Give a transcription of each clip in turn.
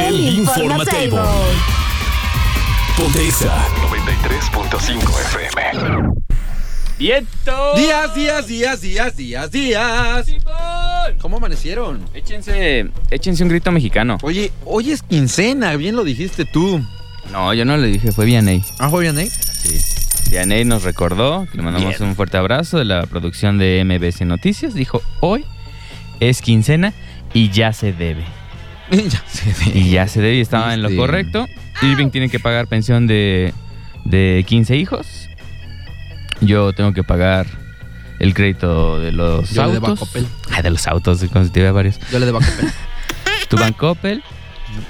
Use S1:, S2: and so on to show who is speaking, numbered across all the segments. S1: El Informatable. Pontexa
S2: 93.5 FM.
S3: ¡Viento!
S4: Días, días, días, días, días, días.
S3: Simón.
S4: ¿Cómo amanecieron?
S3: Échense, échense un grito mexicano.
S4: Oye, hoy es quincena, bien lo dijiste tú.
S3: No, yo no le dije, fue Vianey.
S4: Ah, fue bien, ¿eh?
S3: Sí. Vianey nos recordó, que le mandamos un fuerte abrazo de la producción de MBC Noticias. Dijo, hoy es quincena y ya se debe.
S4: Ya se ve.
S3: Y ya se debe, y estaba en lo
S4: Este-
S3: correcto. Irving tiene que pagar pensión de, de 15 hijos. Yo tengo que pagar el crédito de los
S4: Yo le debo a
S3: autos.
S4: Coppel.
S3: Ah, de los autos, como si te vea varios.
S4: Yo le debo a Coppel.
S3: Tu Bancoppel.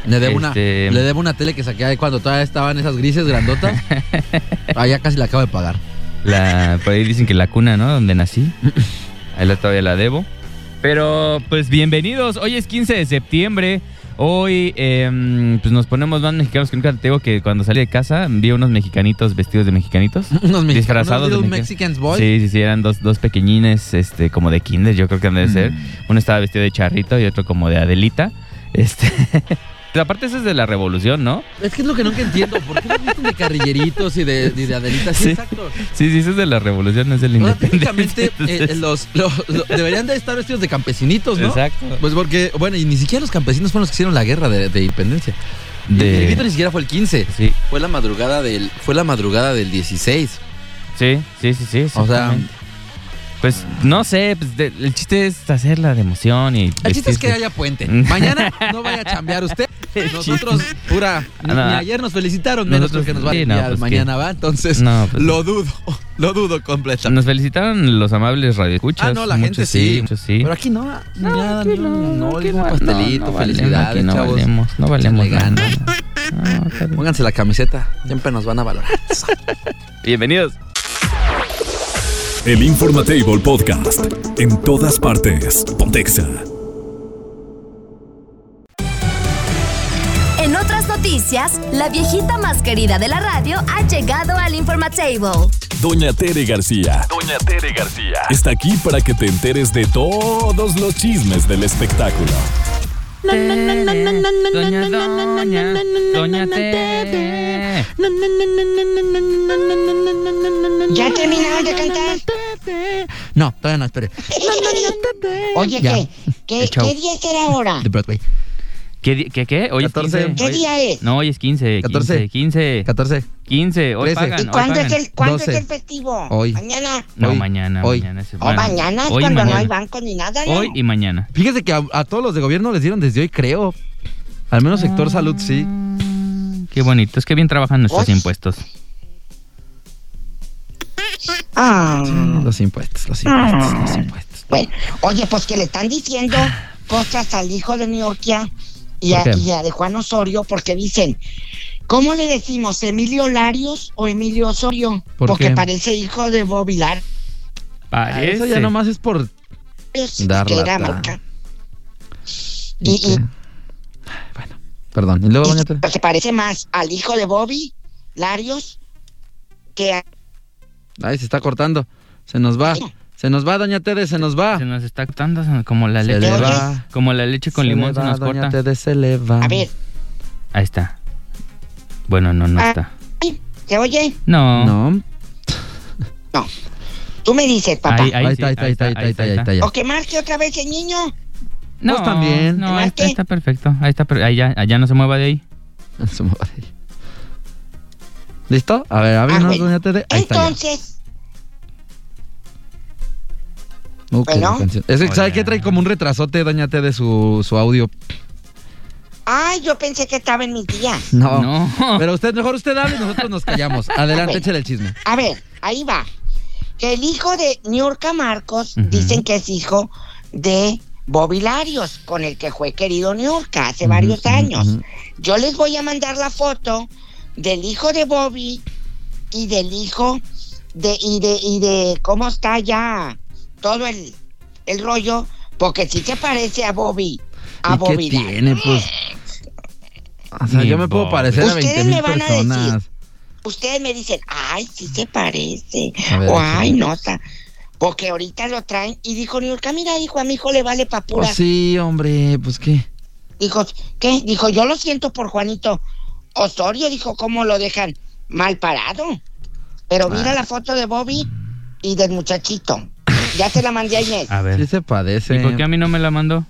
S4: Le debo, una,
S3: Este-
S4: le debo una tele que saqué ahí cuando todavía estaban esas grises grandotas. Ah, ya casi la acabo de pagar.
S3: La, por ahí dicen que la cuna, ¿no? Donde nací. Ahí la, todavía la debo. Pero pues bienvenidos. Hoy es 15 de septiembre. Hoy em, pues nos ponemos más mexicanos que nunca. Te digo que cuando salí de casa vi unos mexicanitos vestidos de mexicanitos.
S4: Unos mexicanos.
S3: Disfrazados de
S4: unos
S3: mexicanos.
S4: Mexicans Boys.
S3: Sí, sí, sí, eran dos, dos pequeñines, este, como de kinder, yo creo que han de ser.
S4: Mm.
S3: Uno estaba vestido de charrito y otro como de Adelita. Este. Aparte, eso es de la revolución, ¿no?
S4: Es que es lo que nunca entiendo. ¿Por qué los visten de carrilleritos y de, y de adelitas? Sí,
S3: Sí.
S4: exacto.
S3: Sí, sí, eso es de la revolución, no es de la
S4: O sea,
S3: independencia.
S4: técnicamente, eh,
S3: Entonces,
S4: los, los- los- deberían de estar vestidos de campesinitos, ¿no?
S3: Exacto.
S4: Pues porque, bueno, y ni siquiera los campesinos fueron los que hicieron la guerra de, de independencia. El grito ni
S3: De-
S4: siquiera fue el 15.
S3: Sí,
S4: Fue la madrugada del, fue la madrugada del 16.
S3: Sí, sí, sí, sí.
S4: O sea, mm.
S3: exactamente. pues no sé, pues, de- el chiste es hacer la de emoción y.
S4: el chiste es que
S3: vestirse.
S4: haya puente.
S3: Mm.
S4: Mañana no vaya a chambear usted. Nosotros, pura, ni,
S3: Ah, no.
S4: ni ayer nos felicitaron, menos
S3: Nosotros-
S4: porque nos va a
S3: sí, no,
S4: enviar
S3: pues,
S4: mañana, ¿va? Entonces,
S3: No, pues,
S4: lo dudo, lo dudo completamente.
S3: Nos felicitaron los amables radioescuchas.
S4: Ah, no, la
S3: muchos
S4: gente sí.
S3: Muchos sí.
S4: Pero aquí no, nada,
S3: aquí
S4: no, no,
S3: aquí
S4: algún
S3: no,
S4: pastelito,
S3: no, no
S4: felicidades,
S3: valemos, aquí no
S4: chavos.
S3: valemos, no valemos
S4: Échenle
S3: nada.
S4: ganas.
S3: No, está bien.
S4: Pónganse la camiseta, siempre nos van a valorar.
S3: Bienvenidos.
S1: El Informatable Podcast. En todas partes. Pontexa.
S5: En otras noticias, la viejita más querida de la radio ha llegado al Informatable.
S1: Doña Tere García. Doña Tere García. Está aquí para que te enteres de todos los chismes del espectáculo.
S3: Doña, doña, doña Tere.
S6: ¿Ya terminaron de cantar?
S4: No, todavía no, espere.
S6: Oye,
S4: Ya.
S6: ¿qué,
S3: El
S6: qué,
S3: show.
S6: qué día será ahora?
S4: De Broadway.
S3: ¿Qué, di- qué, qué? Hoy es
S4: 14.
S3: 15.
S6: ¿Qué
S3: Hoy-
S6: día es?
S3: No, hoy es 15.
S4: 14.
S3: 15. 15.
S4: 14.
S3: 15. Hoy
S4: 13.
S3: pagan.
S4: ¿Y
S6: ¿Y
S3: hoy
S6: cuándo
S3: pagan.
S6: es el, cuándo es
S4: Doce.
S6: el festivo?
S4: Hoy.
S6: Mañana.
S3: No,
S4: Hoy.
S3: mañana,
S4: Hoy.
S3: mañana. es-
S6: O
S3: bueno,
S6: mañana es
S3: hoy y
S6: cuando no
S3: mañana.
S6: hay banco ni nada, ¿no?
S3: Hoy y mañana.
S4: Fíjese que a, a todos los de gobierno les dieron desde hoy, creo. Al menos sector salud, sí.
S3: Qué bonito, es que bien trabajan nuestros
S6: Hoy.
S3: impuestos.
S6: Ah,
S4: Los impuestos, los impuestos, los impuestos.
S6: bueno. Oye, pues que le están diciendo cosas al hijo de Mioquia y a,
S3: ¿Por qué?
S6: y a de Juan Osorio porque dicen, ¿cómo le decimos? ¿Emilio Larios o Emilio Osorio?
S4: ¿Por
S6: porque
S4: qué?
S6: parece hijo de Bobby Larios,
S4: Ah, Eso ya nomás es por. Dar
S6: que
S4: lata.
S6: era marca. Y- y-
S4: este. Ay, Bueno, perdón. Y luego, doña Tere.
S6: se parece más al hijo de Bobby Larios que a
S4: Ay, se está cortando. Se nos va. Se nos va, doña Tere, se nos va.
S3: Se nos está cortando se- como la
S4: Se
S3: leche.
S4: le
S6: Oye.
S4: va.
S3: Como la leche con
S4: Se
S3: limón
S4: le
S3: se
S4: va,
S3: nos
S4: doña
S3: corta.
S4: Tere, se le va.
S6: A ver,
S3: Ahí está. Bueno, no, no
S6: Ah.
S3: está.
S6: ¿se oye?
S3: No.
S4: No.
S6: Tú me dices, papá.
S3: Ahí, ahí,
S4: Ahí
S3: sí,
S4: está, ahí está, ahí está, ahí está, ahí está. ya.
S6: O que marque otra vez el niño.
S3: No,
S4: Pues también.
S3: No, ahí está,
S6: ¿Marque?
S3: está perfecto. Ahí está, per- ahí ya, allá no se mueva de ahí.
S4: Se me va a ir. ¿Listo? A ver,
S6: Ah,
S4: ábrenos,
S6: bueno.
S4: doña Tere. Ahí está. ya.
S6: Entonces,
S4: Ok, la
S6: Bueno.
S4: canción. Es que, ¿sabe
S3: Hola.
S4: qué trae como un retrasote, doña T, de su, su audio?
S6: Ay, yo pensé que estaba en mis días.
S4: No.
S3: No.
S4: Pero usted, mejor usted hable y nosotros nos callamos. Adelante, échale el chisme.
S6: A ver, ahí va. Que el hijo de Niurka Marcos
S3: Ujú.
S6: dicen que es hijo de Bobby Larios, con el que fue querido Niurka hace
S4: Ujú,
S6: varios
S4: ujú,
S6: años.
S4: ujú.
S6: Yo les voy a mandar la foto del hijo de Bobby y del hijo de y de y de cómo está ya todo el, el rollo, porque sí se parece a Bobby, a
S4: ¿Y qué
S6: Bobby. Larios.
S4: tiene, pues? O sea,
S3: Mi
S4: yo me puedo
S3: Bobby.
S4: parecer a
S6: Ustedes
S4: 20 mil
S6: me van a
S4: personas.
S6: ustedes me dicen, ay, sí se parece,
S4: A ver,
S6: o
S4: déjame.
S6: ay, no, sa- porque ahorita lo traen y dijo Niurka, mira, dijo, a mi hijo le vale papura.
S4: Pues sí, hombre, pues qué.
S6: Dijo, ¿qué? Dijo, yo lo siento por Juanito Osorio, dijo, ¿cómo lo dejan mal parado?
S4: Ah.
S6: Pero mira la foto de Bobby y del muchachito. Ya se la mandé a Inés.
S3: A
S4: Sí
S3: ver.
S4: se padece.
S3: ¿Y por qué a mí no me la mandó?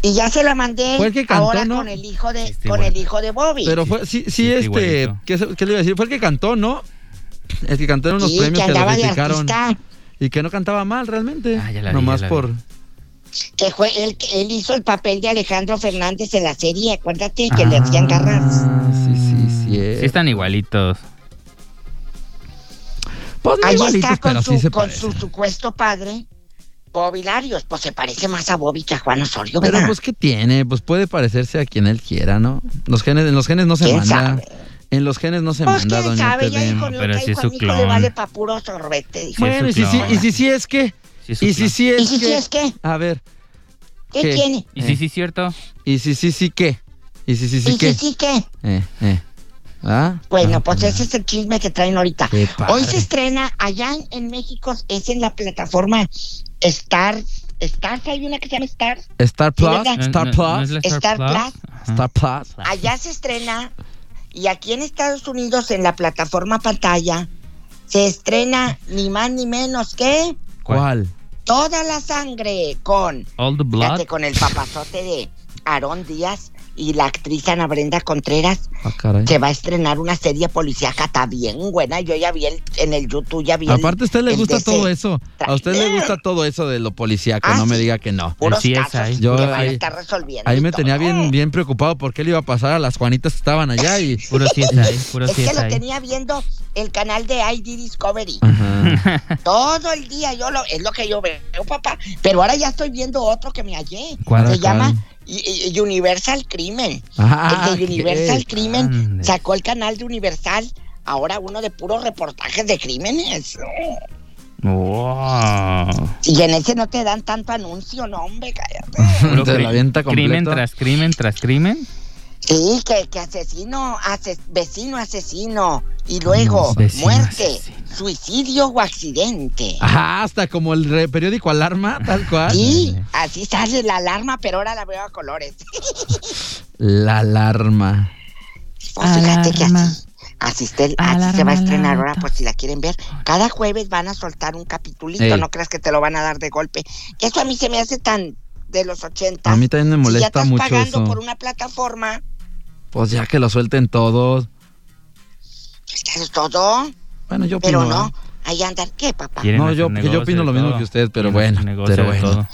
S6: Y ya se la mandé
S4: Fue el que cantó,
S6: ahora
S4: ¿no?
S6: con el hijo de,
S3: Este
S6: con
S3: igual.
S6: el hijo de Bobby.
S4: Pero fue, sí, sí,
S3: Sí, está
S4: este,
S3: igualito.
S4: ¿qué, se- qué le iba a decir? Fue el que cantó, ¿no? El que cantó en unos
S6: Sí, que
S4: premios que, lo
S6: andaba de
S4: criticaron.
S6: artista,
S4: Y que no cantaba mal realmente.
S3: Ah, ya la vi,
S4: Nomás
S3: ya la vi.
S4: por.
S6: que fue él, que él hizo el papel de Alejandro Fernández en la serie, acuérdate que le hacían garras.
S4: Ah, sí, sí, sí. eh. es.
S3: Sí están igualitos.
S4: Pues no
S6: Ahí
S4: igualitos,
S6: está con,
S4: pero
S6: su,
S4: sí se
S6: con
S4: parecen.
S6: su supuesto padre, Bobby Larios. Pues se parece más a Bobby que a Juan Osorio,
S4: Pero
S6: ¿verdad?
S4: pues qué tiene, pues puede parecerse a quien él quiera, ¿no? Los genes, en los genes no se
S6: ¿Quién
S4: manda.
S6: sabe?
S4: En los genes no se
S6: Pues
S4: manda,
S6: quién
S4: doña
S6: sabe, ya
S4: Tere.
S6: dijo
S3: No,
S6: Nunca
S3: pero
S6: y
S3: sí es su
S6: Juanico le
S3: clon.
S6: vale pa' puro sorbete, dijo.
S3: Sí, es
S4: Bueno,
S3: su
S4: y si, sí-
S3: clon.
S4: y si sí es que,
S3: Sí, su clon.
S4: y si sí
S6: ¿Y
S4: es
S6: si sí
S4: que,
S6: es qué?
S4: a ver,
S6: ¿Qué
S4: ¿Qué?
S6: tiene?
S3: ¿Y sí, sí es cierto?
S4: y si sí sí qué, y si sí
S6: ¿Y
S4: sí qué,
S6: si sí qué?
S4: eh, eh, ah,
S6: Bueno,
S4: Ah,
S6: pues
S4: ya.
S6: ese es el chisme que traen ahorita.
S4: Qué padre.
S6: Hoy se estrena allá en, en México, es en la plataforma Star. Stars, hay una que se llama Star.
S4: Star Plus,
S6: ¿verdad?
S3: ¿No-
S4: Star
S3: no-
S4: Plus,
S3: no es la
S6: Star Plus.
S3: Ajá.
S4: Star Plus,
S6: Allá se estrena y aquí en Estados Unidos en la plataforma pantalla se estrena ni más ni menos que
S4: ¿cuál?
S6: Toda la sangre con
S3: All the blood.
S6: fíjate, con el papazote de Aarón Díaz y la actriz Ana Brenda Contreras
S4: Ah, caray.
S6: se va a estrenar una serie policíaca está bien buena yo ya vi el- en el YouTube ya vi el-
S4: Aparte a usted le
S6: el
S4: gusta
S6: DC.
S4: todo eso, a usted le
S6: Tra-
S4: gusta todo eso de lo policíaco,
S6: Ah,
S4: no me
S6: sí.
S4: diga que no.
S6: puros
S3: Sí, es
S6: casos
S3: ahí.
S6: que
S4: Yo
S6: van a
S4: ahí-
S6: estar resolviendo
S4: Ahí
S6: y
S4: me
S6: todo.
S4: tenía bien, bien preocupado porque le iba a pasar a las Juanitas que estaban allá y...
S3: Puro sí es ahí. Puro
S6: es
S3: sí
S6: que
S3: es
S6: lo
S3: ahí.
S6: tenía viendo el canal de ID Discovery
S4: Ajá.
S6: todo el día yo lo es lo que yo veo papá pero ahora ya estoy viendo otro que me hallé
S4: ¿Cuál,
S6: se
S4: cuál?
S6: llama I- I- Universal Crimen
S4: Ah,
S6: el de Universal
S4: ok.
S6: Crimen
S3: grande.
S6: sacó el canal de Universal, ahora uno de puros reportajes de crímenes.
S3: Wow.
S6: Y en ese no te dan tanto anuncio, no, hombre, cállate.
S3: Puro
S4: Te
S3: cri-
S4: la avienta
S3: Crimen
S4: completo.
S3: tras crimen tras crimen.
S6: Sí, que, que asesino, ases- vecino asesino, y luego
S3: No, vecino
S6: muerte,
S3: asesino.
S6: suicidio o accidente.
S4: Ajá, hasta como el re- periódico Alarma, tal cual.
S6: Sí, así sale la alarma, pero ahora la veo a colores.
S4: La alarma.
S6: Pues fíjate que así, así, esté- así se va a estrenar ahora, pues si la quieren ver. Cada jueves van a soltar un capitulito,
S4: Ey.
S6: no creas que te lo van a dar de golpe. Eso a mí se me hace tan de los 80.
S4: A mí también me
S6: si ya
S4: molesta
S6: estás
S4: mucho
S6: pagando
S4: eso.
S6: por una plataforma,
S4: Pues ya que lo suelten todos.
S6: eso pues es todo,
S4: Bueno, yo
S6: pero
S4: opino.
S6: no.
S4: ¿eh?
S6: Ahí andan, ¿qué, papá?
S3: Quieren
S4: No,
S3: hacer
S4: yo- que yo
S3: negocio
S4: opino
S3: de
S4: lo mismo
S3: todo.
S4: que usted, pero
S3: Quieren hacer
S4: bueno,
S3: negocio
S4: pero
S3: de
S4: bueno.
S3: todo.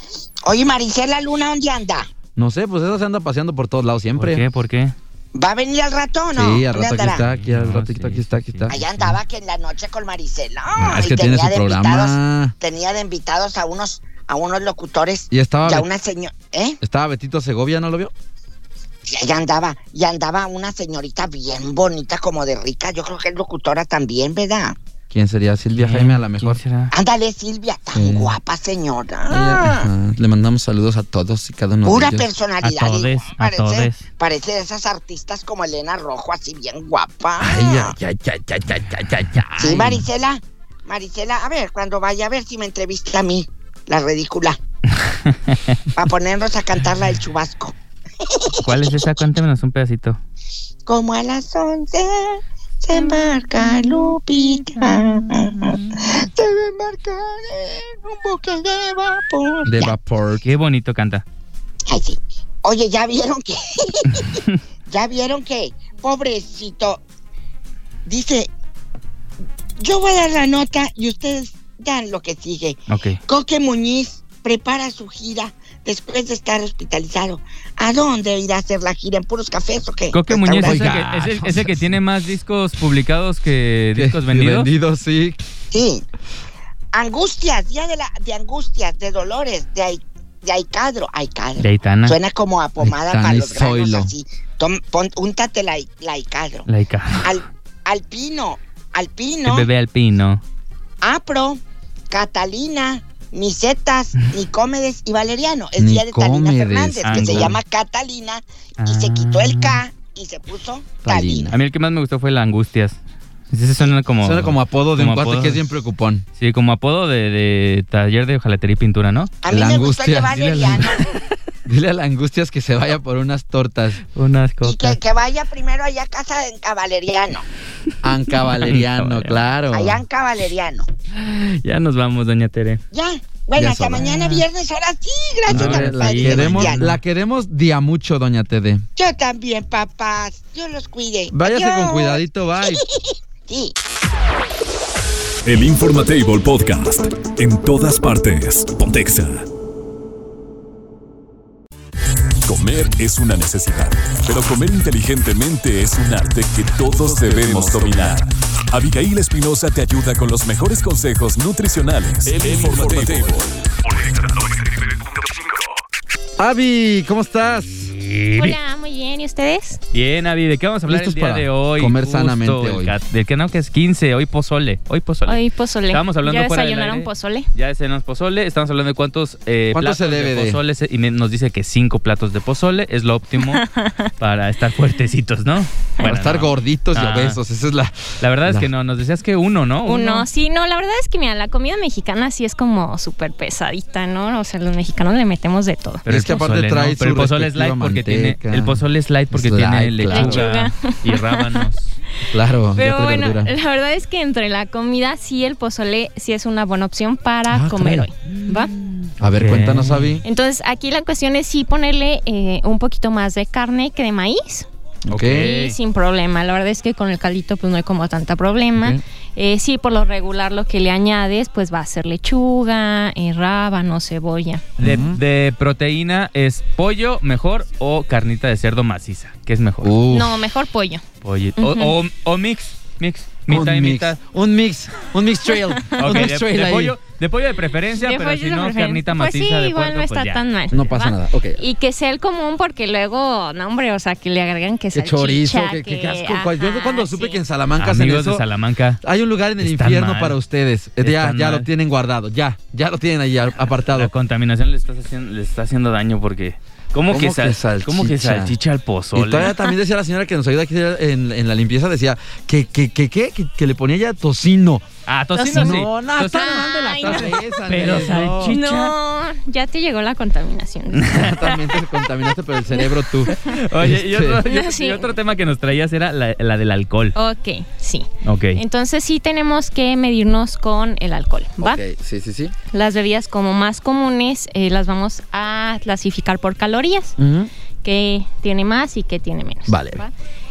S6: Oye, Maricela Luna, ¿dónde anda?
S4: No sé, pues esa se anda paseando por todos lados
S3: ¿Por
S4: siempre.
S3: qué? ¿Por qué?
S6: ¿Va a venir al rato o no?
S4: Sí,
S6: ¿Dónde
S4: al rato aquí
S6: andará?
S4: está, aquí al
S3: No,
S4: rato aquí está,
S3: Ah, sí,
S4: aquí está, aquí
S3: sí,
S4: está.
S3: sí.
S6: Allá andaba que en la noche con Maricela.
S4: Ah, es
S6: y
S4: que tiene
S6: tenía
S4: su
S6: de invitados,
S4: programa.
S6: tenía de invitados a unos, a unos locutores
S4: Y estaba,
S6: y a
S4: Bet-
S6: una señora, ¿eh?
S4: estaba Betito Segovia, ¿no lo vio?
S6: Ya, ya andaba, ya andaba una señorita bien bonita, como de rica. Yo creo que es locutora también, ¿verdad?
S4: ¿Quién sería? Silvia
S3: ¿Quién-
S4: Jaime, a lo
S3: quién
S4: mejor.
S3: será?
S6: Ándale, Silvia, tan
S4: Sí.
S6: guapa señora.
S4: Ella- ajá, Le mandamos saludos a todos y cada uno
S6: Ah. Pura
S4: de ellos.
S6: personalidad.
S3: A todes,
S6: igual,
S3: a
S6: parece,
S3: todes.
S6: parece de esas artistas como Elena Rojo, así bien guapa.
S4: Ay, ay, ay, ay, ay, ay, ay, ay, ay.
S6: Sí, Marisela, Marisela, a ver, cuando vaya a ver si me entrevista a mí, la ridícula. Para ponernos a cantar la del chubasco.
S3: ¿Cuál es esa? Cuéntenos un pedacito.
S6: Como a las once se embarca Lupita. Se va a embarcar en un buque de vapor.
S4: De
S6: Ya,
S4: vapor.
S3: Qué bonito canta.
S6: ay, sí. Oye, ya vieron que. ya vieron que. Pobrecito. Dice: Yo voy a dar la nota y ustedes dan lo que sigue.
S3: Ok.
S6: Coque Muñiz prepara su gira después de estar hospitalizado. ¿A dónde irá a hacer la gira? ¿En puros cafés o qué?
S3: Coque Muñez es el, que, es
S4: Oiga,
S3: el- es el
S4: entonces-
S3: que tiene más discos publicados que discos
S4: Sí,
S3: vendidos.
S4: Vendidos, sí.
S6: Sí. Angustias, día de, la, de angustias, de dolores, de, ai- de aicadro. Aicadro.
S3: De Aitana.
S6: Suena como a pomada
S4: Aicana
S6: para
S4: y
S6: los granos
S4: Zoilo.
S6: así. Tom- pon- úntate la, la aicadro.
S3: La Ica-
S6: Al, alpino,
S3: El
S6: alpino,
S3: bebé alpino.
S6: apro, Catalina, Nicetas, Nicomedes y Valeriano. Es día de Talina
S4: Nicomedes,
S6: Fernández, que se
S3: ándale.
S6: llama Catalina y se quitó el K y se puso Talina.
S3: A mí el que más me gustó fue la Angustias. Ese suena como.
S4: Suena como apodo de
S3: como
S4: un cuate
S3: apodo.
S4: que es bien preocupón.
S3: Sí, como apodo de, de taller de jalatería y pintura, ¿no?
S6: A mí
S4: La
S6: me gustó el de
S4: angustia, dile la-
S6: Valeriano
S4: Dile a la angustias que se vaya por unas tortas.
S3: Unas
S6: y que,
S3: cocas.
S6: que vaya primero allá a casa de a Valeriano,
S4: Anca Valeriano, claro.
S6: allá en Cavaleriano.
S3: Ya nos vamos, doña Tere.
S6: Ya, bueno,
S4: Ya
S6: hasta
S4: sobra.
S6: mañana viernes, ahora sí, gracias
S3: No,
S6: a
S3: hombre,
S6: mi
S4: la,
S6: padre
S4: queremos,
S6: celestial.
S4: la queremos día mucho, doña Tede.
S6: Yo también, papás, yo los cuide.
S4: Váyase con
S6: Adiós.
S4: cuidadito, bye.
S6: Sí.
S1: El Informatable Podcast. En todas partes. Pontexa. Comer es una necesidad, pero comer inteligentemente es un arte que todos debemos dominar. Abigail Espinosa te ayuda con los mejores consejos nutricionales. El Informatable.
S4: Avi, ¿cómo estás?
S7: Hola, muy bien. ¿Y ustedes?
S3: Bien, Avi, ¿de qué vamos a hablar el
S4: Listos
S3: día
S4: para
S3: de hoy?
S4: comer sanamente
S3: el
S4: hoy.
S3: cat- Del canal que es 15, hoy pozole. Hoy pozole.
S7: Hoy pozole.
S3: Estábamos hablando
S7: ¿Ya
S3: fuera del
S7: desayunaron
S3: aire.
S7: pozole?
S3: Ya desayunamos pozole, estamos hablando de cuántos eh,
S4: ¿Cuánto
S3: platos
S4: se debe de?
S3: pozole se- y me- nos dice que cinco platos de pozole es lo óptimo para estar fuertecitos, ¿no?
S4: Para
S3: Bueno,
S4: estar
S3: no.
S4: gorditos y
S3: Ah.
S4: obesos, esa es la...
S3: La verdad es
S4: La-
S3: que no, nos decías que uno, ¿no?
S7: Uno, sí, no, la verdad es que mira, la comida mexicana sí es como súper pesadita, ¿no? O sea, los mexicanos le metemos de todo.
S3: Pero
S4: Es
S3: el
S4: que aparte
S3: pozole,
S4: trae
S3: ¿no? Pero el
S4: su
S3: pozole es light
S4: respectiva
S3: porque
S4: manteca.
S3: tiene el pozole es light porque
S4: Es
S3: tiene
S4: light, claro.
S3: lechuga y rábanos.
S4: Claro, ya
S7: Pero
S4: trae
S7: bueno,
S4: verdura.
S7: la verdad es que entre la comida sí el pozole sí es una buena opción para
S4: Ah,
S7: comer
S4: caray.
S7: hoy, ¿va?
S3: Mm.
S4: A ver,
S3: Ok.
S4: cuéntanos, Avi.
S7: Entonces aquí la cuestión es sí ponerle eh, un poquito más de carne que de maíz
S4: Ok.
S7: y sin problema. La verdad es que con el caldito pues no hay como tanta problema.
S4: Ok.
S7: Eh, sí, por lo regular lo que le añades pues va a ser lechuga, eh, rábano, cebolla.
S3: De,
S4: Ujú.
S3: de proteína es pollo mejor o carnita de cerdo maciza, ¿qué es mejor?
S4: Uf.
S7: No, mejor pollo.
S3: Pollo- o- o, o mix, mix, mitad y
S4: un mix,
S3: mitad.
S4: un mix, un mix trail,
S3: Ok,
S4: un
S3: de,
S4: mix trail
S3: de
S4: ahí.
S3: pollo, de pollo de preferencia,
S7: De
S3: pero
S7: pollo
S3: si
S7: es
S3: no,
S7: lo prefer-
S3: carnita
S7: pues
S3: maciza
S7: sí,
S3: de
S7: igual
S3: puerco,
S7: no
S3: pues
S7: está
S3: ya.
S7: tan mal.
S4: No pasa
S7: ¿va?
S4: nada, ok.
S7: Y que sea el común porque luego, no hombre, o sea, que le agregan que
S4: Qué
S7: salchicha,
S4: chorizo, qué, qué asco. Cual- Yo
S7: ajá,
S4: cuando supe
S7: sí.
S4: que en Salamanca hacen
S3: Amigos de
S4: eso,
S3: Salamanca.
S4: hay un lugar en el
S3: Están
S4: infierno
S3: mal.
S4: para ustedes. Eh, Ya,
S3: Están
S4: ya
S3: mal.
S4: lo tienen guardado, ya, ya lo tienen ahí a-
S3: La
S4: apartado.
S3: contaminación le está haciendo, le está haciendo daño porque. ¿Cómo,
S4: ¿Cómo
S3: que,
S4: que
S3: sal- ¿Cómo que salchicha
S4: salchicha?
S3: al
S4: Y todavía
S3: pozole?
S4: también decía la señora que nos ayuda aquí en, en la limpieza, decía que, que, que, que, que, que le ponía ya tocino.
S3: Ah, tocino sí.
S4: No, no, está
S3: Tocino.
S4: mal de la
S7: Ay, no.
S4: cabeza,
S3: Pero
S4: no.
S3: salchicha.
S7: No, ya te llegó la contaminación.
S4: También te contaminaste, pero el cerebro tú.
S3: Oye, y
S4: Este,
S3: otro, y-
S7: No, sí. Ah.
S3: y otro tema que nos traías era la, la del alcohol.
S7: ok, sí.
S3: Ok.
S7: Entonces sí tenemos que medirnos con el alcohol, ¿va?
S4: ok, sí, sí, sí.
S7: Las bebidas como más comunes eh, las vamos a clasificar por calorías,
S4: Ujú.
S7: que tiene más y que tiene menos.
S4: Vale.
S7: ¿va?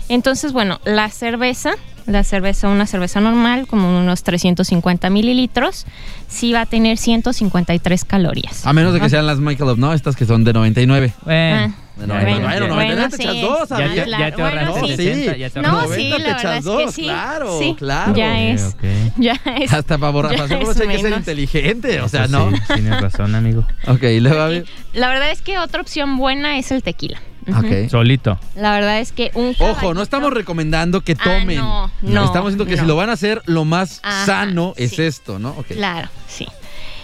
S7: Entonces, bueno, la cerveza, la cerveza, una cerveza normal, como unos 350 mililitros, sí va a tener 153 calorías.
S4: A menos de que sean las Michael of, no, estas que son de 99.
S7: Ah.
S3: Bueno.
S4: Bueno, bueno, bueno,
S3: ya,
S4: bueno, te echas dos,
S3: ya, ya, ya te
S7: Bueno,
S3: ahorraste
S7: sí.
S3: 60, ya te
S7: No,
S3: ahorraste.
S7: sí,
S4: 90
S7: la verdad
S4: pechas
S7: es
S4: dos,
S7: que sí.
S4: Claro,
S7: Sí,
S4: claro.
S7: Ya es.
S3: Ok, ok.
S7: Ya este, es.
S4: Hasta para borrar,
S7: Ya
S4: para hacer
S7: es
S4: borracho hay que ser
S7: menos.
S4: inteligente, o sea,
S3: Eso
S4: ¿no?
S3: sí, tienes razón, amigo.
S4: Ok, y luego a ver.
S7: La verdad es que otra opción buena es el tequila. Ujú.
S4: Ok.
S3: Solito.
S7: La verdad es que un
S4: Ojo, no
S7: caballito-
S4: estamos recomendando que
S7: Ah,
S4: tomen.
S7: no, no,
S4: Estamos diciendo que
S7: no.
S4: si lo van a hacer, lo más
S7: Ajá,
S4: sano es
S7: sí.
S4: esto, ¿no? Ok.
S7: Claro, sí.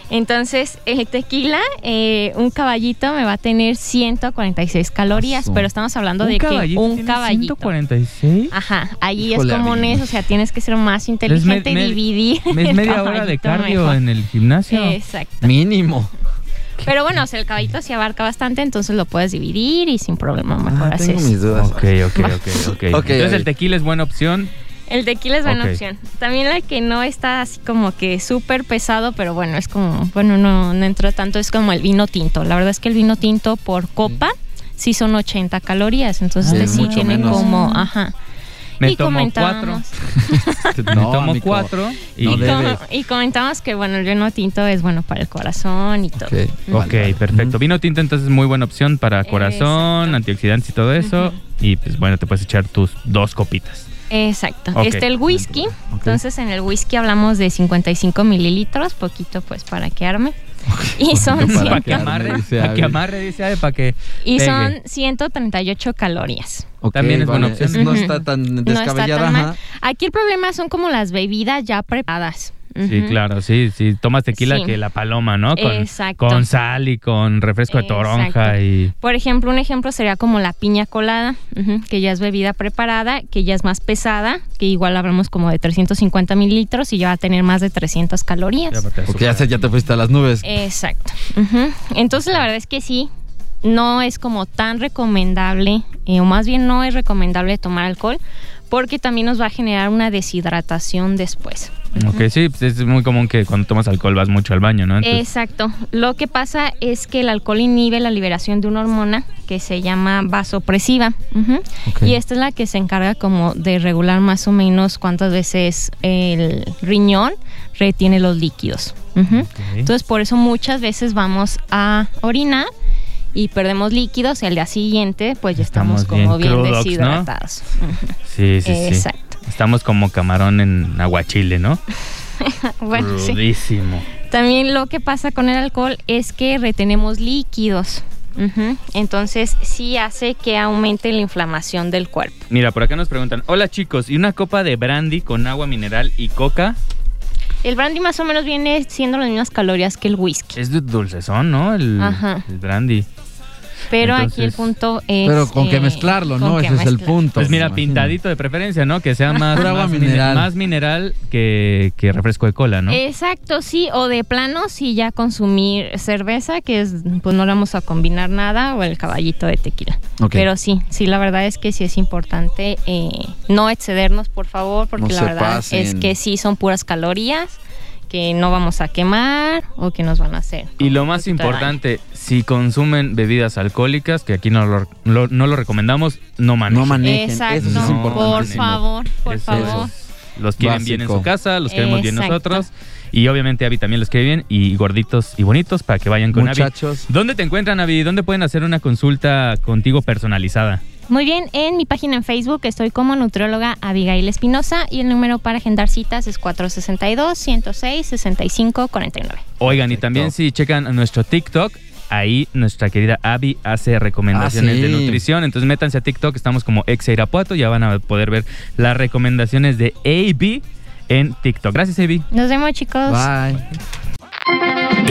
S7: Entonces, el tequila, eh, un caballito me va a tener 146 calorías,
S4: Asu.
S7: pero estamos hablando de que un
S3: tiene
S7: caballito. Ah,
S3: 146.
S7: Ajá, allí
S4: Híjole,
S7: es común
S4: amigo.
S7: eso, o sea, tienes que ser más inteligente y
S3: me-
S7: dividir.
S3: Es
S7: el
S3: media hora de
S7: caballito
S3: cardio
S7: mejor.
S3: en el gimnasio.
S7: Exacto.
S4: Mínimo.
S7: Pero bueno, o sea, el caballito se abarca bastante, entonces lo puedes dividir y sin problema mejor
S4: Ah,
S7: haces.
S4: tengo mis dudas.
S3: Ok, ok, ok, ok.
S4: Ok,
S3: Entonces
S4: ahí.
S3: el tequila es buena opción.
S7: El tequila es buena
S3: Ok.
S7: opción. También la que no está así como que súper pesado, pero bueno, es como, bueno, no, no entra tanto, es como el vino tinto. La verdad es que el vino tinto por copa sí son 80 calorías, entonces
S4: Sí,
S7: este
S4: es
S7: sí
S4: mucho
S7: tiene
S4: menos.
S7: como, ajá.
S3: Me
S7: Y
S3: tomo cuatro.
S7: comentábamos.
S3: Me
S4: No,
S3: tomo
S4: amigo,
S3: cuatro. Y,
S4: no
S7: Y,
S4: debes.
S7: como- y comentamos que bueno, el vino tinto es bueno para el corazón y todo.
S4: Ok,
S3: Ok,
S4: vale.
S3: perfecto. Vino tinto entonces es muy buena opción para corazón,
S7: Exacto.
S3: antioxidantes y todo eso.
S7: Ujú.
S3: Y pues bueno, te puedes echar tus dos copitas.
S7: Exacto.
S3: Ok.
S7: Está el whisky. Entonces en el whisky hablamos de 55 mililitros, poquito pues para que arme. Y son,
S4: Para
S3: Para
S7: cien-
S3: que
S4: que arme,
S3: amarre,
S4: dice
S3: para que
S4: Abby.
S3: amarre, dice Abby, para que...
S7: y
S3: pegue.
S7: son 138 calorías.
S4: Ok,
S3: También es buena opción.
S4: Esa No
S7: Ujú.
S4: está tan
S7: No está
S4: descabellada.
S7: tan mal.
S4: ajá.
S7: Aquí el problema son como las bebidas ya preparadas.
S3: Sí,
S7: Ujú.
S3: claro, sí, sí. Tomas tequila
S7: Sí.
S3: que la paloma, ¿no? Con,
S7: Exacto.
S3: con sal y con refresco de toronja
S7: Exacto.
S3: y...
S7: Por ejemplo, un ejemplo sería como la piña colada, ujú, que ya es bebida preparada, que ya es más pesada, que igual hablamos como de 350 mililitros y ya va a tener más de 300
S3: Ya,
S7: calorías.
S3: porque
S4: Ok, ya,
S3: azúcar.
S4: se- ya te fuiste a las nubes.
S7: Eh, Exacto. ujú. Entonces, la verdad es que sí, no es como tan recomendable, eh, o más bien no es recomendable tomar alcohol, porque también nos va a generar una deshidratación después.
S3: Ok, sí, pues es muy común que cuando tomas alcohol vas mucho al baño, ¿no? Entonces,
S7: Exacto. Lo que pasa es que el alcohol inhibe la liberación de una hormona que se llama vasopresiva. ujú.
S4: Ok.
S7: Y esta es la que se encarga como de regular más o menos cuántas veces el riñón retiene los líquidos. ujú. Entonces por eso muchas veces vamos a orinar y perdemos líquidos y al día siguiente pues ya estamos,
S3: Estamos bien
S7: como bien,
S3: crudos, ¿no?
S7: deshidratados. Ujú.
S3: sí, sí, sí.
S7: Exacto.
S3: Estamos como camarón en aguachile, ¿no?
S7: Bueno, sí.
S3: Crudísimo.
S7: También lo que pasa con el alcohol es que retenemos líquidos. Ujú. Entonces sí hace que aumente la inflamación del cuerpo.
S3: Mira, por acá nos preguntan, hola chicos, ¿y una copa de brandy con agua mineral y coca?
S7: El brandy más o menos viene siendo las mismas calorías que el whisky.
S3: Es de dulcezón, ¿no? El,
S7: Ajá.
S3: el brandy.
S7: Pero aquí el
S3: entonces-
S7: punto es...
S4: Pero con
S7: eh,
S4: que mezclarlo,
S7: con
S4: ¿no?
S7: que
S4: Ese es el
S7: mezclar.
S4: punto.
S3: Pues mira,
S4: me imagino.
S3: pintadito de preferencia, ¿no? Que sea más,
S4: Pura agua
S3: más mine-
S4: mineral.
S3: más mineral que, que refresco de cola,
S7: Eh,
S3: ¿no?
S7: Exacto, sí, o de plano sí ya consumir cerveza, que es, pues no le vamos a combinar nada, o el caballito de tequila.
S4: Ok.
S7: Pero sí, sí, la verdad es que sí es importante eh, no excedernos, por favor, porque
S4: No
S7: la
S4: se
S7: verdad
S4: pasen.
S7: es que sí son puras calorías que no vamos a quemar o que nos van a hacer.
S3: Y
S7: como
S3: lo
S7: un
S3: más
S7: poquito de daño.
S3: importante, si consumen bebidas alcohólicas, que aquí no lo, lo- no lo recomendamos, no manejen.
S4: No manejen.
S7: Exacto,
S4: Eso sí es
S3: No,
S7: por
S4: importante.
S7: favor, por
S3: Eso es-
S7: favor.
S3: Los quieren bien en
S4: Básico.
S3: su casa, los queremos bien
S7: Exacto.
S3: nosotros. Y obviamente Abby también los quiere bien, y gorditos y bonitos, para que vayan con Abby.
S4: Muchachos.
S3: ¿Dónde te encuentran, Abby? ¿Dónde pueden hacer una consulta contigo personalizada?
S7: Muy bien, en mi página en Facebook estoy como nutrióloga Abigail Espinosa y el número para agendar citas es 462-106-6549.
S3: Oigan, y también si checan nuestro TikTok, ahí nuestra querida Abby hace recomendaciones
S4: Ah, sí.
S3: de nutrición. Entonces métanse a TikTok, estamos como Exa Irapuato, ya van a poder ver las recomendaciones de Abby en TikTok. Gracias, Abby.
S7: Nos vemos chicos.
S4: Bye.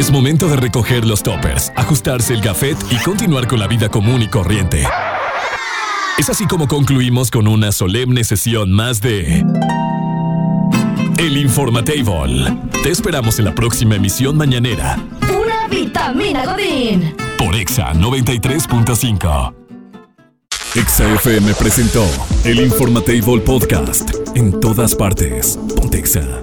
S1: Es momento de recoger los toppers, ajustarse el gafet y continuar con la vida común y corriente. Es así como concluimos con una solemne sesión más de El Informatable. Te esperamos en la próxima emisión mañanera
S5: Pura vitamina Godín.
S1: por Exa 93.5. Exa FM presentó El Informatable Podcast. En todas partes. Pontexa.